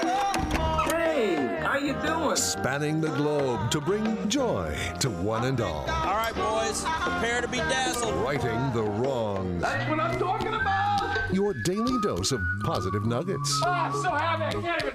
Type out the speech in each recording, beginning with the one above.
Hey, how you doing? Spanning the globe to bring joy to one and all. All right, boys, prepare to be dazzled. Righting the wrongs. That's what I'm talking about. Your daily dose of positive nuggets. Oh, I'm so happy I can't even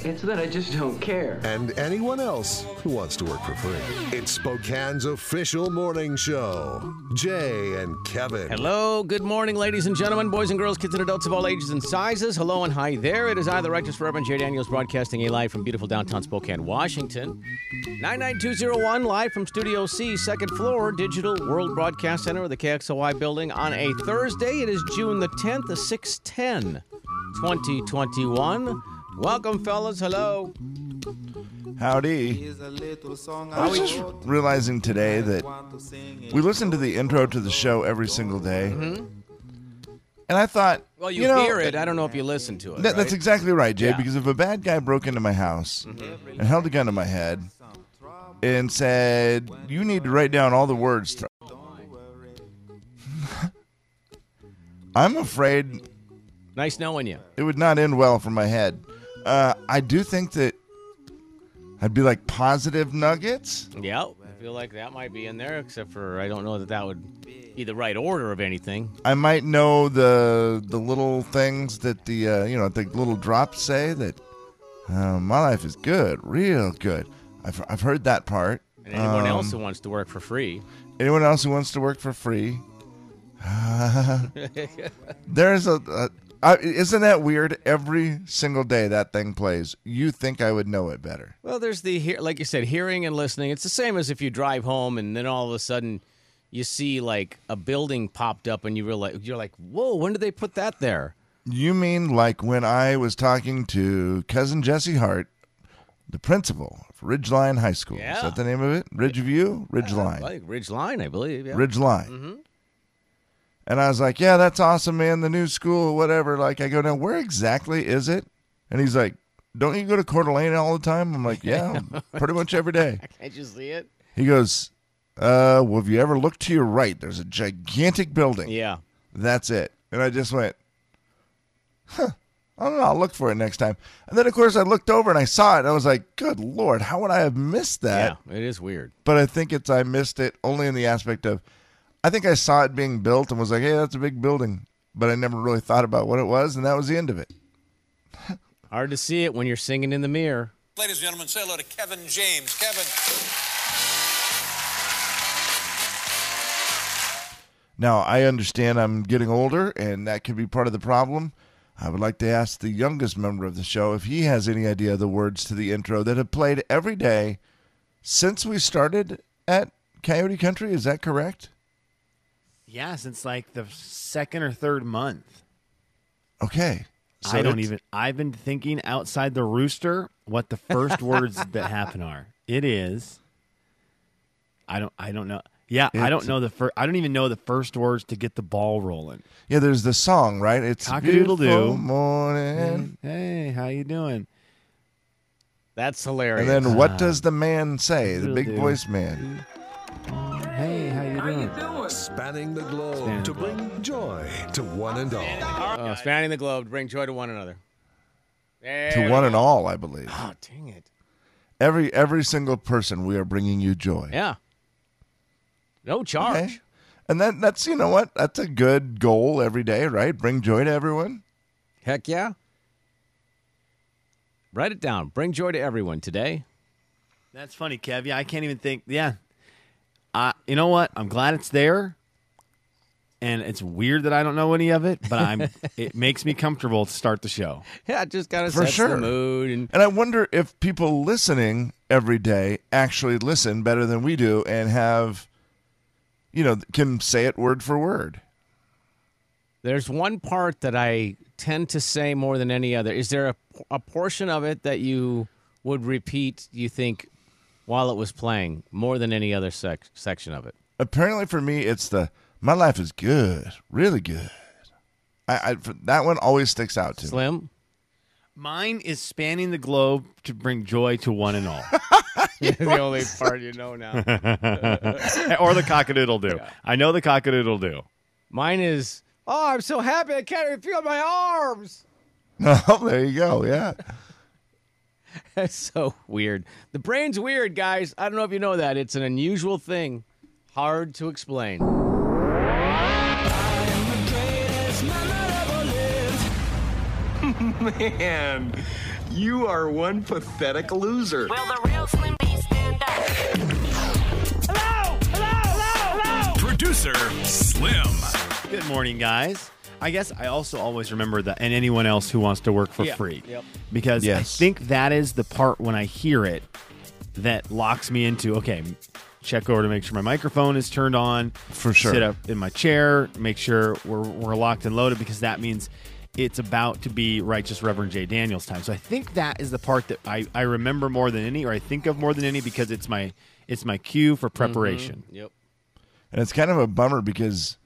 It's that I just don't care. and anyone else who wants to work for free. It's Spokane's official morning show. Jay and Kevin. Hello, good morning, ladies and gentlemen, boys and girls, kids and adults of all ages and sizes. Hello and hi there. It is I, the Righteous Reverend Jay Daniels, broadcasting a live from beautiful downtown Spokane, Washington. 99201, live from Studio C, second floor, Digital World Broadcast Center of the KXOY building on a Thursday. It is June the 10th, 610, 2021. Welcome, fellas. Hello. Howdy. I was just realizing today that we listen to the intro to the show every single day. And I thought, Mm-hmm. Well, you, know, hear it. I don't know if you listen to it. that- That's right? exactly right, Jay, Yeah. Mm-hmm. because if a bad guy broke into my house and held a gun to my head and said, You need to write down all the words. To- I'm afraid nice knowing you. it would not end well for my head. Uh, I do think that I'd be like positive nuggets. Yeah, I feel like that might be in there, except for I don't know that that would be the right order of anything. I might know the the little things that the uh, you know the little drops say that uh, my life is good, real good. I've I've heard that part. And anyone Um, else who wants to work for free, Anyone else who wants to work for free? there's a. a I, isn't that weird? Every single day that thing plays. You think I would know it better? well, there's the hear- like you said, hearing and listening. It's the same as if you drive home and then all of a sudden you see like a building popped up and you realize you're like, whoa, when did they put that there? You mean like when I was talking to cousin Jesse Hart, the principal of Ridgeline High School? Yeah. Is that the name of it? Ridgeview, Ridgeline. Like Ridge Line, I believe. Yeah. Mm-hmm. Ridgeline. And I was like, yeah, that's awesome, man. The new school, whatever. Like, I go, now, where exactly is it? And he's like, don't you go to Coeur d'Alene all the time? I'm like, yeah, pretty much every day. Can't you see it? He goes, uh, well, have you ever looked to your right? There's a gigantic building. Yeah. That's it. And I just went, huh, I don't know. I'll look for it next time. And then, of course, I looked over and I saw it. And I was like, good Lord, how would I have missed that? Yeah, it is weird. but I think it's I missed it only in the aspect of I think I saw it being built and was like, hey, that's a big building, but I never really thought about what it was, and that was the end of it. Hard to see it when you're singing in the mirror. Ladies and gentlemen, say hello to Kevin James. Kevin. Now I understand I'm getting older, and that could be part of the problem. I would like to ask the youngest member of the show if he has any idea of the words to the intro that have played every day since we started at Coyote Country. Is that correct? Yeah, since like the second or third month. Okay. I don't it's- even. I've been thinking outside the rooster what the first words that happen are. It is. I don't. I don't know. Yeah, I It's- don't know the first. I don't even know the first words to get the ball rolling. Yeah, there's the song, right? It's Cock-a-doodle-doo. beautiful morning. Mm-hmm. Hey, how you doing? That's hilarious. And then what does the man say? The big Dude. voice man. Hey, how you doing? Spanning the globe Spanning to the globe. bring joy to one and all. oh, spanning the globe to bring joy to one another. To one and all, I believe. Oh, dang it. Every every single person, we are bringing you joy. Yeah. No charge. Okay? And that that's you know what? That's a good goal every day, right? Bring joy to everyone. Heck yeah. Write it down. Bring joy to everyone today. That's funny, Kev. Yeah, I can't even think. Yeah. I you know what? I'm glad it's there. And it's weird that I don't know any of it, but I'm it makes me comfortable to start the show. Yeah, just kind of For sets the sure. mood. And And I wonder if people listening every day actually listen better than we do and have you know, can say it word for word. there's one part that I tend to say more than any other. Is there a, a portion of it that you would repeat, you think, while it was playing more than any other sec- section of it? Apparently for me it's the My life is good, really good. I, I for- that one always sticks out to me. Slim. Mine is spanning the globe to bring joy to one and all, the only part you know now. or the cockadoodle do. I know the cockadoodle do. Mine is, oh, I'm so happy I can't even feel my arms. Oh, there you go. Yeah. That's so weird. The brain's weird, guys. I don't know if you know that. It's an unusual thing, hard to explain. Man, you are one pathetic loser. Will the real Slim B stand up? Hello! Hello! Hello! Hello! Producer Slim. Good morning, guys. I guess I also always remember that, and anyone else who wants to work for Yeah. free, Yep. because I Yes. think that is the part when I hear it that locks me into okay. Check over to make sure my microphone is turned on. For sure. sit up in my chair, make sure we're we're locked and loaded because that means it's about to be righteous Reverend J Daniels time. So I think that is the part that I I remember more than any, or I think of more than any, because it's my it's my cue Mm-hmm. for preparation. Yep. And it's kind of a bummer because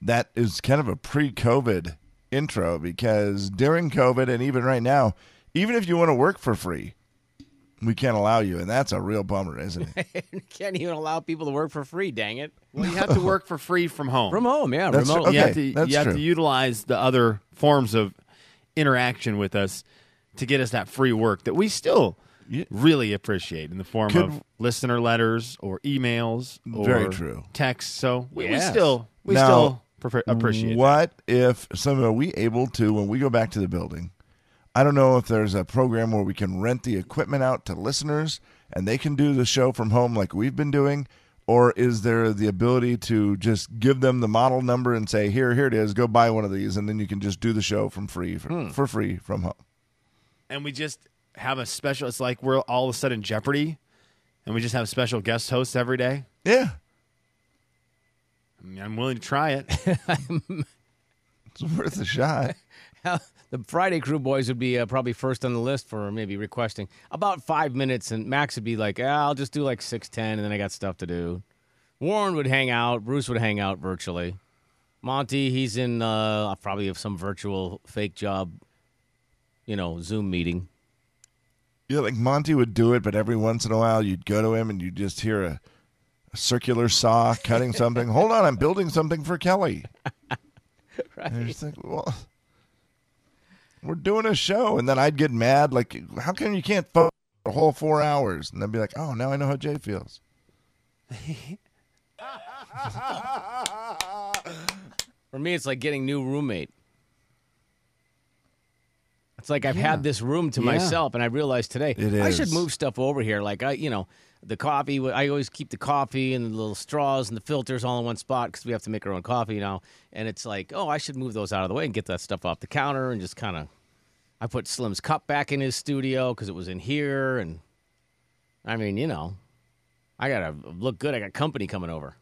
that is kind of a pre COVID intro because during COVID and even right now, even if you want to work for free, we can't allow you. And that's a real bummer, isn't it? Can't even allow people to work for free, dang it. Well, you have to work for free from home. From home, yeah, That's remote. true. you have Okay, to that's you have true. to utilize the other forms of interaction with us to get us that free work that we still Yeah. really appreciate in the form Could- of listener letters or emails or Very true. texts. So we, we Yes. still we Now, still prefer- appreciate that. What if some are we able to when we go back to the building? I don't know if there's a program where we can rent the equipment out to listeners and they can do the show from home like we've been doing, or is there the ability to just give them the model number and say, "Here, here it is. Go buy one of these," and then you can just do the show from free for, Hmm. for free from home. and we just have a special. It's like we're all of a sudden Jeopardy, and we just have special guest hosts every day. Yeah, I mean, I'm willing to try it. it's worth a shot. the Friday Crew boys would be uh, probably first on the list for maybe requesting about five minutes, and Max would be like, ah, "I'll just do like six ten, and then I got stuff to do." Warren would hang out. Bruce would hang out virtually. Monty, he's in uh, probably of some virtual fake job, you know, Zoom meeting. Yeah, like Monty would do it, but every once in a while you'd go to him and you'd just hear a, a circular saw cutting something. Hold on, I'm building something for Kelly. right. And it's like, well, we're doing a show. And then I'd get mad, like, how come you can't focus for a whole four hours? And then be like, oh, now I know how Jay feels. For me, it's like getting new roommate. It's like I've had this room to myself, and I realized today It I should is. move stuff over here. Like I, you know, the coffee. I always keep the coffee and the little straws and the filters all in one spot because we have to make our own coffee now. And it's like, oh, I should move those out of the way and get that stuff off the counter and just kind of. I put Slim's cup back in his studio because it was in here, and I mean, you know, I gotta look good. I got company coming over.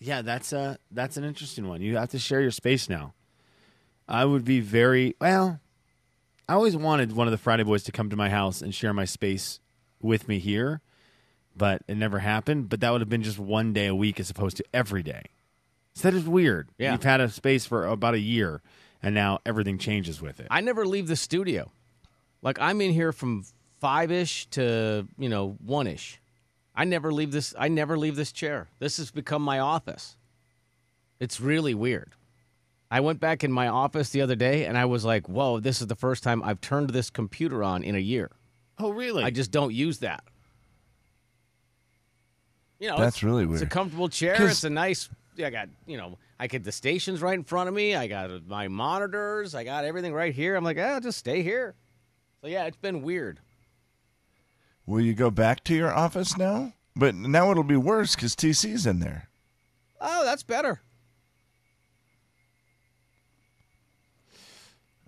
Yeah, that's a that's an interesting one. You have to share your space now. I would be very well. I always wanted one of the Friday Boys to come to my house and share my space with me here, but it never happened. But that would have been just one day a week as opposed to every day. So that is weird. Yeah. You've had a space for about a year, and now everything changes with it. I never leave the studio. Like I'm in here from five ish to you know one ish. I never leave this. I never leave this chair. This has become my office. It's really weird. I went back in my office the other day and I was like, "Whoa, this is the first time I've turned this computer on in a year. oh, really? I just don't use that." You know, That's it's- really It's a weird. comfortable chair. 'Cause- It's a nice. I got you know. I could the station's right in front of me. I got my monitors. I got everything right here. I'm like, ah, just stay here. So yeah, it's been weird. Will you go back to your office now? But now it'll be worse because TC's in there. Oh, that's better.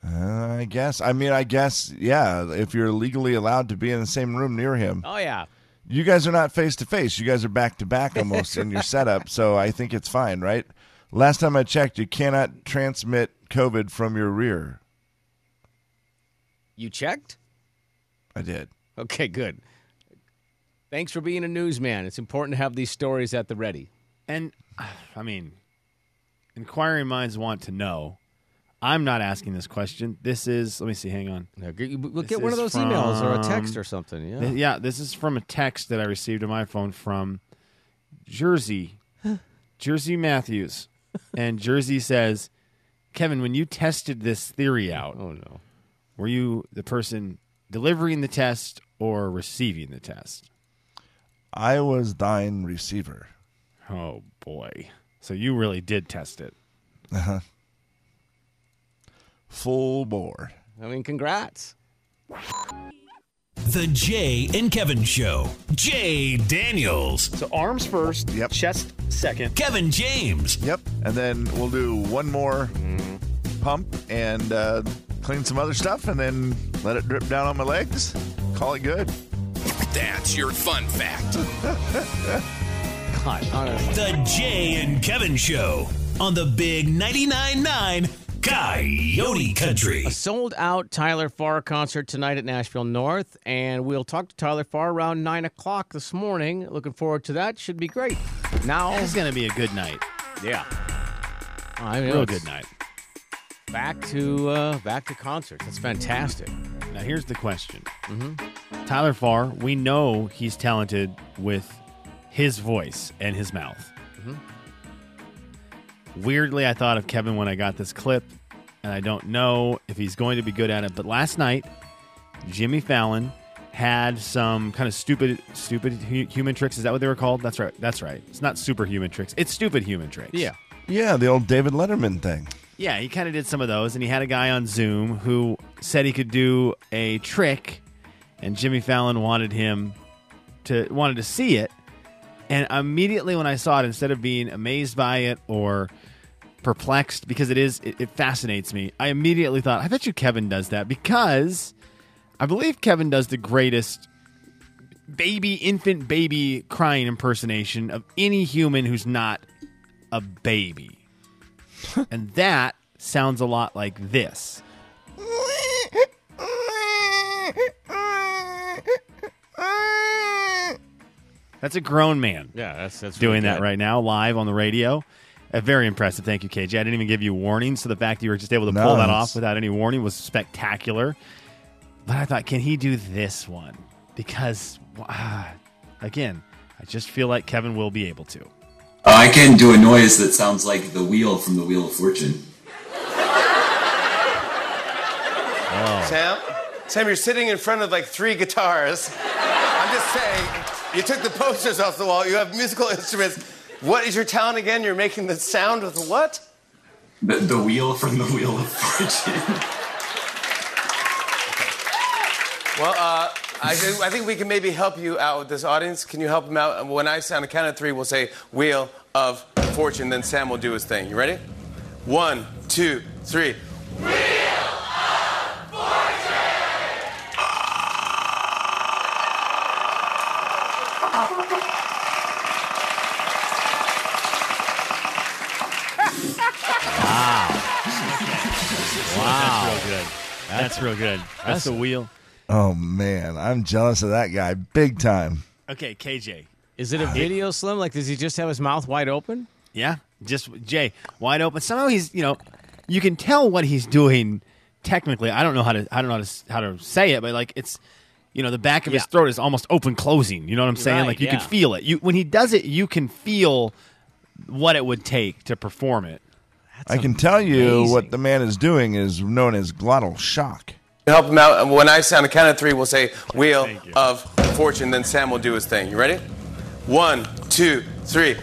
Uh, I guess. I mean, I guess, yeah, if you're legally allowed to be in the same room near him. Oh yeah. you guys are not face to face. You guys are back to back almost in your setup. So I think it's fine, right? Last time I checked, you cannot transmit COVID from your rear. You checked? I did. Okay, good. Thanks for being a newsman. It's important to have these stories at the ready. And I mean, inquiring minds want to know. I'm not asking this question. This is, let me see, hang on. We'll This get one of is those emails or a from- text or something. Yeah. Th- yeah, this is from a text that I received on my phone from Jersey. Jersey Matthews. And Jersey says, Kevin, when you tested this theory out, oh no. Were you the person delivering the test or receiving the test? I was thine receiver. Oh boy. So you really did test it. Uh-huh. Full bore. I mean, congrats. The Jay and Kevin Show. Jay Daniels. So arms first, yep. chest second. Kevin James. Yep. And then we'll do one more pump and uh, clean some other stuff and then let it drip down on my legs. Call it good. That's your fun fact. God, honestly. The Jay and Kevin Show on the Big 99.9 9 Coyote Country. A sold out Tyler Farr concert tonight at Nashville North, and we'll talk to Tyler Farr around 9 o'clock this morning. Looking forward to that. Should be great. Now, It's gonna be a good night. Yeah. I know, Real it's good night. Back to uh, back to concerts. That's fantastic. Now here's the question. Tyler Farr, we know he's talented with his voice and his mouth. Weirdly, I thought of Kevin when I got this clip, and I don't know if he's going to be good at it. But last night, Jimmy Fallon had some kind of stupid, stupid hu- human tricks. Is that what they were called? That's right. That's right. It's not superhuman tricks. It's stupid human tricks. Yeah. Yeah, the old David Letterman thing. Yeah, he kind of did some of those, and he had a guy on Zoom who said he could do a trick, and Jimmy Fallon wanted him to wanted to see it. And immediately when I saw it, instead of being amazed by it or perplexed, because it is it, it fascinates me, I immediately thought, I bet you Kevin does that because I believe Kevin does the greatest baby, infant baby crying impersonation of any human who's not a baby. and that sounds a lot like this. That's a grown man. Yeah, that's that's doing that right now live on the radio. Uh, very impressive. Thank you, KJ. I didn't even give you warning, so the fact that you were just able to pull that Nice. off without any warning was spectacular. But I thought, can he do this one? Because, ah, again, I just feel like Kevin will be able to. I can do a noise that sounds like the wheel from the Wheel of Fortune. Sam, Sam, you're sitting in front of like three guitars. I'm just saying, you took the posters off the wall. You have musical instruments. What is your talent again? You're making the sound with what? The, the wheel from the Wheel of Fortune. Well, uh, I, do- I think we can maybe help you out with this audience. Can you help them out? When I sound a count of three, we'll say Wheel of Fortune. Then Sam will do his thing. You ready? One, two, three. Wow. That's real good. That's, real good. That's, That's- the wheel. Oh, man. I'm jealous of that guy big time. Okay, KJ. Is it a video slim? Like, does he just have his mouth wide open? Yeah, just Jay wide open. Somehow he's you know, you can tell what he's doing. Technically, I don't know how to I don't know how to s- how to say it, but like it's you know the back of his Yeah. throat is almost open closing. You know what I'm saying? Right, like you yeah. can feel it. You when he does it, you can feel what it would take to perform it. I can tell you what the man is doing is known as glottal shock. Help them out. When I sound a count of three, we'll say Wheel of Fortune. Then Sam will do his thing. You ready? One, two, three.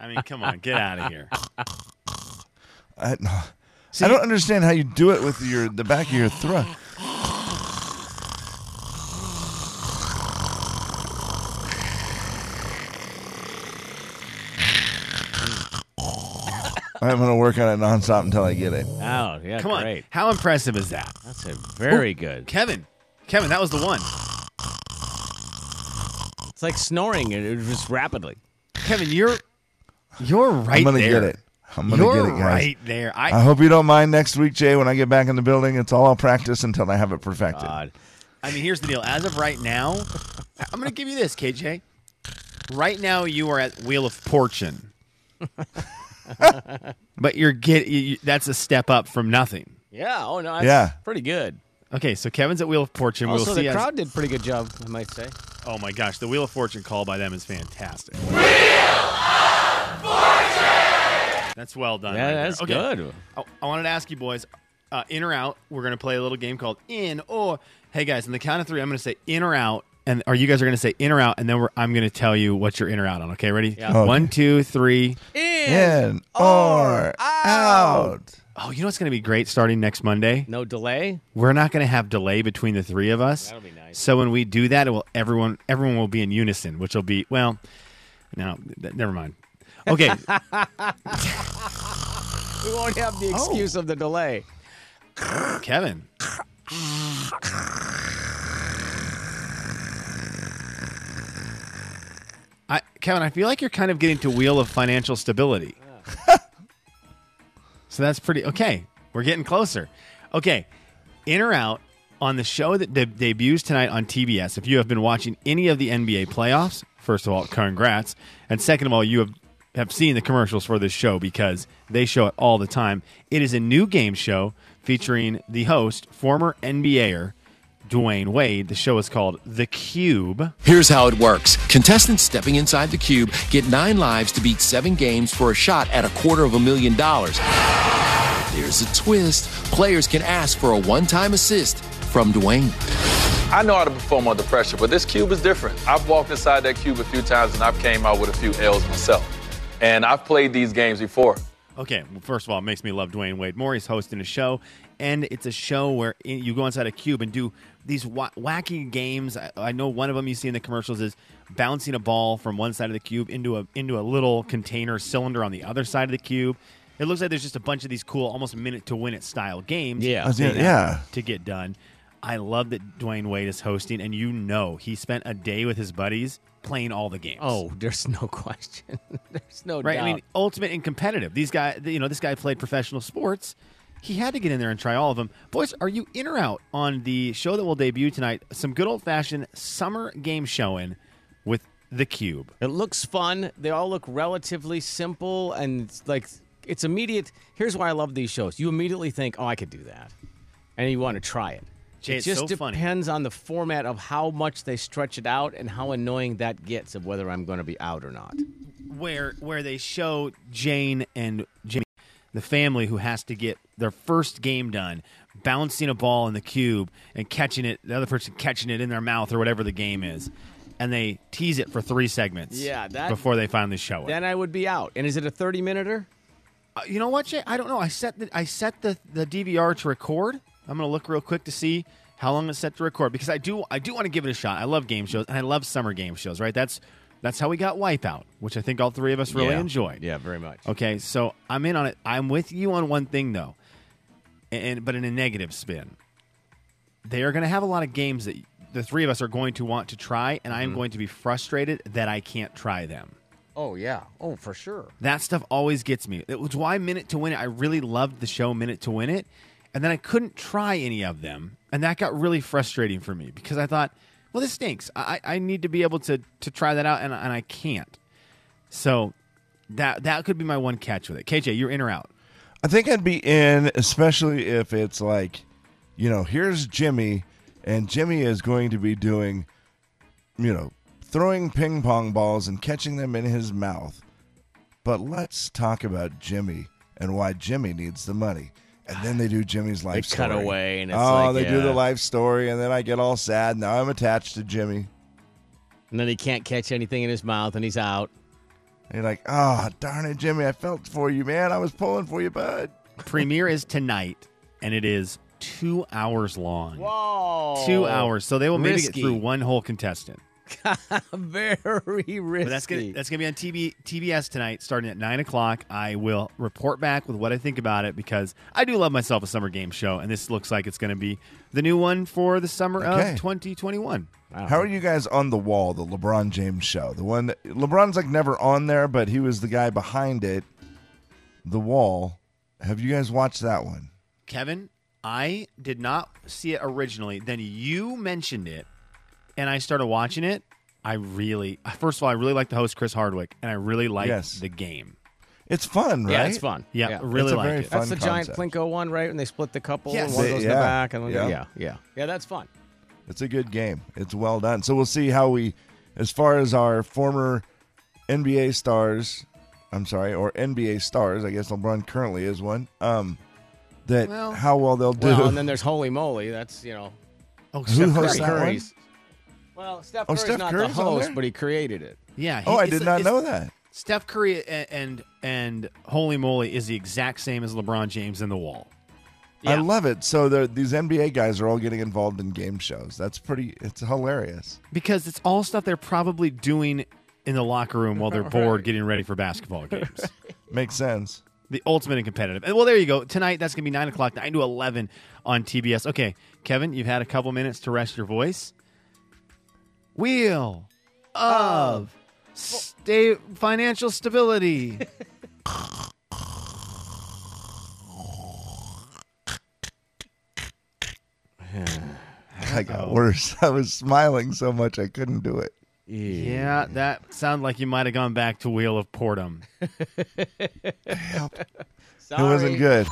I mean, come on, get out of here. I, I don't understand how you do it with your the back of your throat. I'm going to work on it nonstop until I get it. Oh, yeah, come on. great. How impressive is that? That's a very Ooh, good. Kevin. Kevin, that was the one. It's like snoring and it just rapidly. Kevin, you're you're right I'm gonna there. get it. I'm gonna You're get it, guys. right there. I- hope you don't mind next week, Jay. When I get back in the building, it's all I'll practice until I have it perfected. I mean, here's the deal. As of right now, I'm going to give you this, KJ. Right now, you are at Wheel of Fortune, but you're get you, you- that's a step up from nothing. Yeah. Oh no. That's Yeah. Pretty good. Okay, so Kevin's at Wheel of Fortune. also, we'll see the as- crowd did pretty good job, I might say. Oh my gosh, the Wheel of Fortune call by them is fantastic. That's well done. Yeah, right there. that's Okay. good. I, Oh, I wanted to ask you boys, uh, in or out. We're gonna play a little game called in or. Hey guys, on the count of three, I'm gonna say in or out, and or you guys are gonna say in or out, and then we're, I'm gonna tell you what you're in or out on. Okay, ready? Yeah. Okay. One, two, three. In or out. Oh, you know what's gonna be great starting next Monday? No delay. We're not going to have delay between the three of us. That'll be nice. So when we do that, it will everyone everyone will be in unison, which will be well. No, th- never mind. Okay, We won't have the excuse of the delay. Kevin. I, Kevin, I feel like you're kind of getting to wheel of financial stability. so that's pretty okay. We're getting closer. Okay, in or out on the show that de- debuts tonight on TBS. If you have been watching any of the NBA playoffs, first of all, congrats, and second of all, you have have seen the commercials for this show because they show it all the time. It is a new game show featuring the host, former NBAer Dwayne Wade. The show is called The Cube. Here's how it works contestants stepping inside the cube get nine lives to beat seven games for a shot at a quarter of a million dollars. There's a twist players can ask for a one time assist from Dwayne. I know how to perform under pressure, but this cube is different. I've walked inside that cube a few times and I've came out with a few L's myself. And I've played these games before. Okay, well, first of all, it makes me love Dwayne Wade more. He's hosting a show, and it's a show where i- you go inside a cube and do these wa- wacky games. I, I know one of them you see in the commercials is bouncing a ball from one side of the cube into a into a little container cylinder on the other side of the cube. It looks like there's just a bunch of these cool, almost minute to win it style games. I was gonna- that- yeah. to get done. I love that Dwayne Wade is hosting, and you know he spent a day with his buddies playing all the games. Oh, there's no question. there's no right? doubt. I mean, ultimate and competitive. These guys, you know, this guy played professional sports. He had to get in there and try all of them. Boys, are you in or out on the show that will debut tonight? Some good old fashioned summer game showing with the cube. It looks fun. They all look relatively simple and it's like it's immediate. Here's why I love these shows. You immediately think, "Oh, I could do that." And you want to try it. Jay, it it's just so funny. depends on the format of how much they stretch it out and how annoying that gets of whether I'm going to be out or not. where where they show Jane and Jimmy, the family who has to get their first game done, bouncing a ball in the cube and catching it, the other person catching it in their mouth or whatever the game is, and they tease it for three segments. Yeah, that- before they finally show it. Then I would be out. And is it a 30 minuter? Uh, you know what, Jay? I don't know. I set the I set the, the DVR to record. I'm gonna look real quick to see how long it's set to record because I do I do want to give it a shot. I love game shows and I love summer game shows. Right? That's that's how we got Wipeout, which I think all three of us really Yeah. enjoyed. Yeah, very much. Okay, so I'm in on it. I'm with you on one thing though, and but in a negative spin, they are going to have a lot of games that the three of us are going to want to try, and I Mm-hmm. am going to be frustrated that I can't try them. Oh, yeah. Oh, for sure. That stuff always gets me. It was why Minute to Win It. I really loved the show Minute to Win It, and then I couldn't try any of them, and that got really frustrating for me because I thought, well, this stinks. I, I I need to be able to to try that out, and and I can't. So that that could be my one catch with it. KJ, you're in or out? I think I'd be in, especially if it's like, you know, here's Jimmy, and Jimmy is going to be doing, you know, throwing ping pong balls and catching them in his mouth. But let's talk about Jimmy and why Jimmy needs the money. And then they do Jimmy's life They cut story. away and it's oh, like, they do yeah. the life story, and then I get all sad. Now I'm attached to Jimmy. And then he can't catch anything in his mouth and he's out. And you're like, oh, darn it, Jimmy, I felt for you, man. I was pulling for you, bud. Premiere is tonight, and it is two hours long. Whoa. Two hours. So they will maybe Risky. get through one whole contestant. Very risky. But that's gonna that's gonna be on TB, TBS tonight, starting at nine o'clock. I will report back with what I think about it because I do love myself a summer game show, and this looks like it's gonna be the new one for the summer Okay. of 2021. How are you guys on the wall, the LeBron James show? The one that LeBron's like never on there, but he was the guy behind it. The wall. Have you guys watched that one? Kevin, I did not see it originally. Then you mentioned it, and I started watching it. I really, first of all, I really like the host Chris Hardwick, and I really like Yes. the game. It's fun, right? Yeah, it's fun. Yeah, really it's a like very it. Fun That's the giant concept. Plinko one, right? And they split the couple, Yes. and one They- goes in yeah. the back, and one Yeah. goes, yeah, yeah, yeah. That's fun. It's a good game. It's well done. So we'll see how we, as far as our former NBA stars, I'm sorry, or NBA stars. I guess LeBron currently is one. Um, that Well- how well they'll do. Well, and then there's Holy Moly. That's you know, oh, Who Steph hosts Curry. that one? Curry's. Well, Steph Oh, Curry's Steph not Curry's the on host, there? but he created it. Yeah. he- oh, I it's did the- not it's- know that. Steph Curry a- and and holy moly is the exact same as LeBron James in the wall. I love it. So the- these NBA guys are all getting involved in game shows. That's pretty. It's hilarious. Because it's all stuff they're probably doing in the locker room while they're bored getting ready for basketball games. Makes sense. The ultimate in competitive. And, Well, there you go. Tonight, that's going to be 9 o'clock, 9 to 11 on TBS. Okay, Kevin, you've had a couple minutes to rest your voice. Wheel of sta- financial stability. I got worse. I was smiling so much I couldn't do it. yeah, that sounded like you might have gone back to Wheel of Portum. It wasn't good.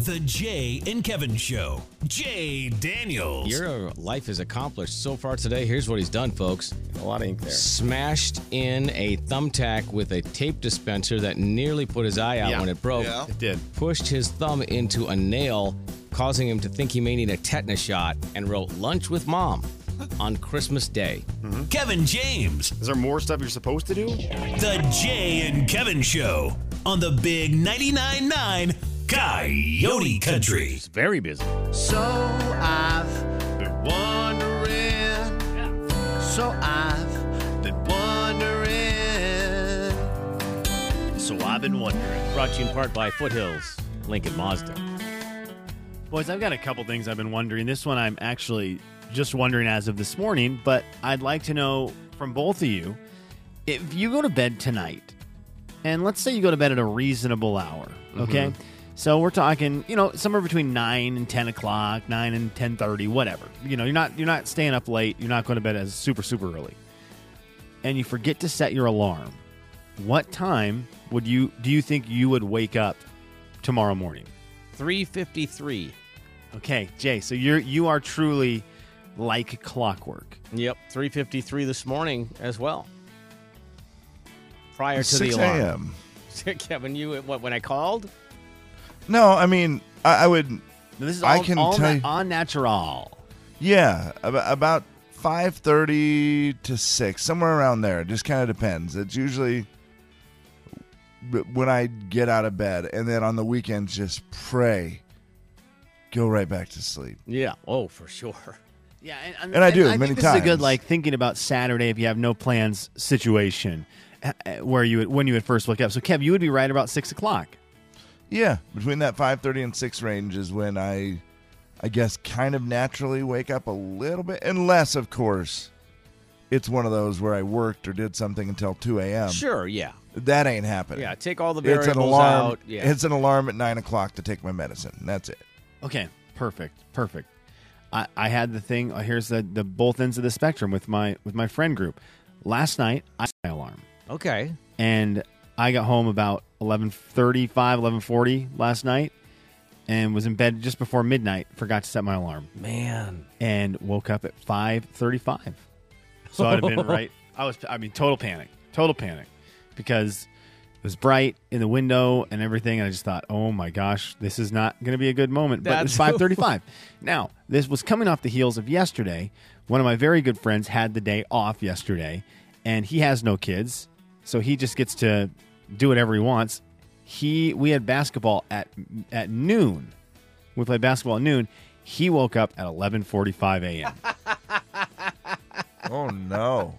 The Jay and Kevin Show. Jay Daniels. Your life is accomplished so far today. Here's what he's done, folks. A lot of ink there. Smashed in a thumbtack with a tape dispenser that nearly put his eye out Yeah. when it broke. Yeah. It did. Pushed his thumb into a nail, causing him to think he may need a tetanus shot, and wrote "Lunch with Mom" on Christmas Day. Kevin James. Is there more stuff you're supposed to do? The Jay and Kevin Show on the Big 99.9 9 Coyote Country. It's very busy. So I've been wondering. So I've been wondering. So I've been wondering. Brought to you in part by Foothills, Lincoln Mazda. Boys, I've got a couple things I've been wondering. This one I'm actually just wondering as of this morning, but I'd like to know from both of you if you go to bed tonight, and let's say you go to bed at a reasonable hour, okay? Mhm. So we're talking, you know, somewhere between nine and ten o'clock, nine and ten thirty, whatever. You know, you're not you're not staying up late. You're not going to bed as super super early, and you forget to set your alarm. What time would you do you think you would wake up tomorrow morning? 353. Okay, Jay, so you're you are truly like clockwork. Yep, 353 this morning as well. Prior to the 6 alarm. a.m.. 6 a.m. Kevin, you what when I called? No, I mean, I, I would. This is all, I can all tell na- you. all natural. Yeah, ab- about five thirty to six, somewhere around there. It just kind of depends. It's usually w- when I get out of bed, and then on the weekends, just pray, go right back to sleep. Yeah. Oh, for sure. Yeah, And I do, many think this Is a good times. like thinking about Saturday if you have no plans situation, uh, uh, where you would, when you would first wake up. So Kev, you would be right about six o'clock. Yeah, between that five thirty and six range is when I, I guess, kind of naturally wake up a little bit, unless of course, it's one of those where I worked or did something until two a.m. Sure, yeah. That ain't happening. Yeah, take all the it's an variables alarm. out, yeah. It's an alarm at nine o'clock to take my medicine. That's it. Okay, perfect, perfect. I, I had the thing. uh, Here's the the both ends of the spectrum with my with my friend group. Last night, I set my alarm. Okay. and I got home about 11:35, 11:40 last night and was in bed just before midnight, forgot to set my alarm. Man. And woke up at 5:35. So I'd have been right. I was I mean total panic. Total panic because it was bright in the window and everything and I just thought, "Oh my gosh, this is not going to be a good moment." But it's That's- 5:35. now, this was coming off the heels of yesterday. One of my very good friends had the day off yesterday and he has no kids, so he just gets to do whatever he wants. He we had basketball at at noon. We played basketball at noon. He woke up at 11:45 a.m. oh no.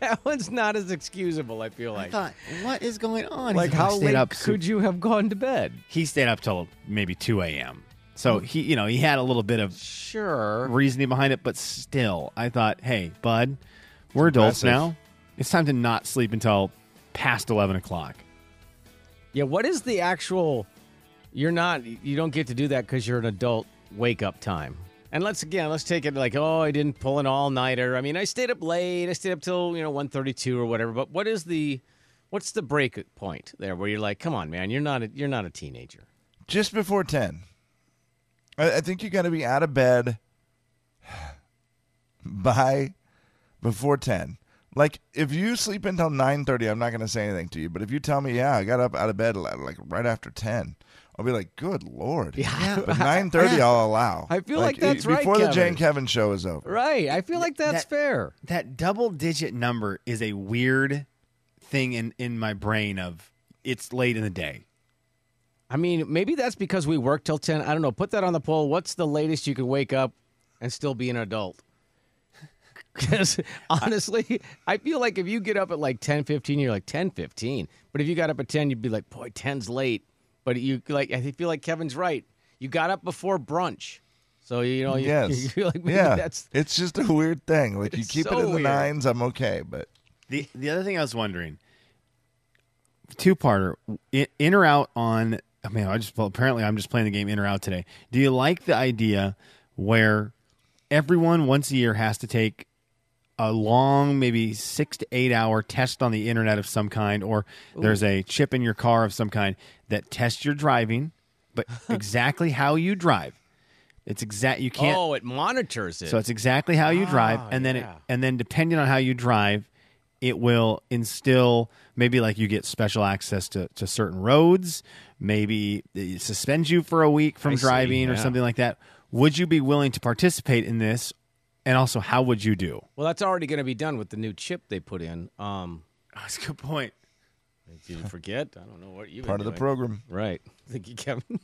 That one's not as excusable, I feel like. thought, what is going on? Like, He's like, how "I stayed late up su- could you have gone to bed? He stayed up till maybe 2 a.m. So he, you know, he had a little bit of sure reasoning behind it, but still, I thought, hey, bud, we're adults impressive. now. It's time to not sleep until past 11 o'clock. Yeah, what is the actual You're not. You don't get to do that because you're an adult. Wake up time. And let's again, let's take it like, oh, I didn't pull an all nighter. I mean, I stayed up late. I stayed up till you know one thirty two or whatever. But what is the, what's the break point there where you're like, come on, man, you're not a, you're not a teenager. Just before 10. I, I think you got to be out of bed by before 10. Like if you sleep until 9:30, I'm not going to say anything to you, but if you tell me, "Yeah, I got up out of bed li- like right after 10." I'll be like, "Good lord." Yeah. But 9:30 I'll allow. I feel like e- that's right, Before the Kevin. Jane Kevin show is over. Right. I feel like that's fair. That double digit number is a weird thing in, in my brain of it's late in the day. I mean, maybe that's because we work till ten. I don't know. Put that on the poll. What's the latest you could wake up and still be an adult? Because honestly, I feel like if you get up at like 10, 15, you're like 10, 15. But if you got up at 10, you'd be like, boy, 10's late. But you like, I feel like Kevin's right. You got up before brunch. So, you know, you, yes. Oh, you're like, maybe yeah. that's it's just a weird thing. Like you It's keep so it in the weird. nines, I'm okay, but The the other thing I was wondering, two parter, in, in or out on? I mean, I just well, apparently I'm just playing the game in or out today. Do you like the idea where everyone once a year has to take a long, maybe six to eight hour test on the internet of some kind, or there's Ooh. a chip in your car of some kind that tests your driving, but exactly how you drive. It's exact. You can't. Oh, it monitors it. So it's exactly how you drive, and then it, and then depending on how you drive, it will instill maybe like you get special access to, to certain roads, maybe it suspends you for a week from I see, driving or yeah. something like that. Would you be willing to participate in this? And also, how would you do? Well, that's already going to be done with the new chip they put in. Um, that's a good point. Did you forget? I don't know what you Part of the program. right? Thank you, Kevin.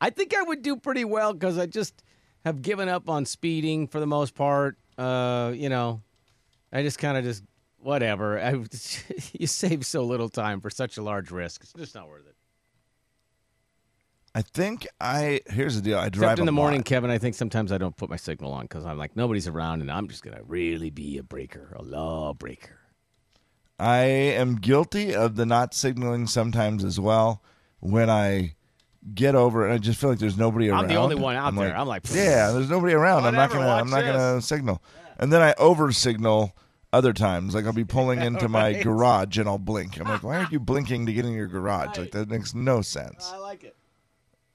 I think I would do pretty well because I just have given up on speeding for the most part. Uh, you know, I just kind of just whatever. I, you save so little time for such a large risk. It's just not worth it. I think I here's the deal. I drive Except in a the morning, lot. Kevin. I think sometimes I don't put my signal on because I'm like nobody's around, and I'm just gonna really be a breaker, a lawbreaker. I am guilty of the not signaling sometimes as well when I get over it. I just feel like there's nobody around. I'm the only one out there. I'm like, yeah, there's nobody around. I'm not Whatever, gonna, I'm watch not gonna signal. And then I over signal other times. Like I'll be pulling into my Right. garage and I'll blink. I'm like, why aren't you blinking to get in your garage? Like that makes no sense. I like it.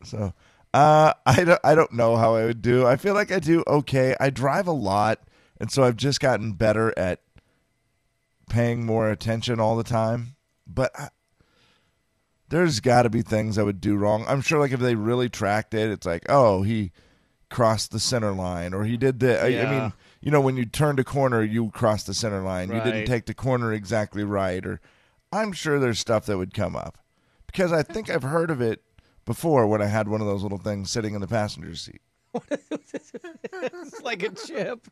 So uh, I don't I don't know how I would do. I feel like I do okay. I drive a lot, and so I've just gotten better at paying more attention all the time. But I, there's got to be things I would do wrong. I'm sure like if they really tracked it, it's like oh he crossed the center line or he did the. I, I Yeah. mean you know when you turned a corner you crossed the center line. You didn't Right. take the corner exactly right or I'm sure there's stuff that would come up because I think I've heard of it before when I had one of those little things sitting in the passenger seat. it's like a chip.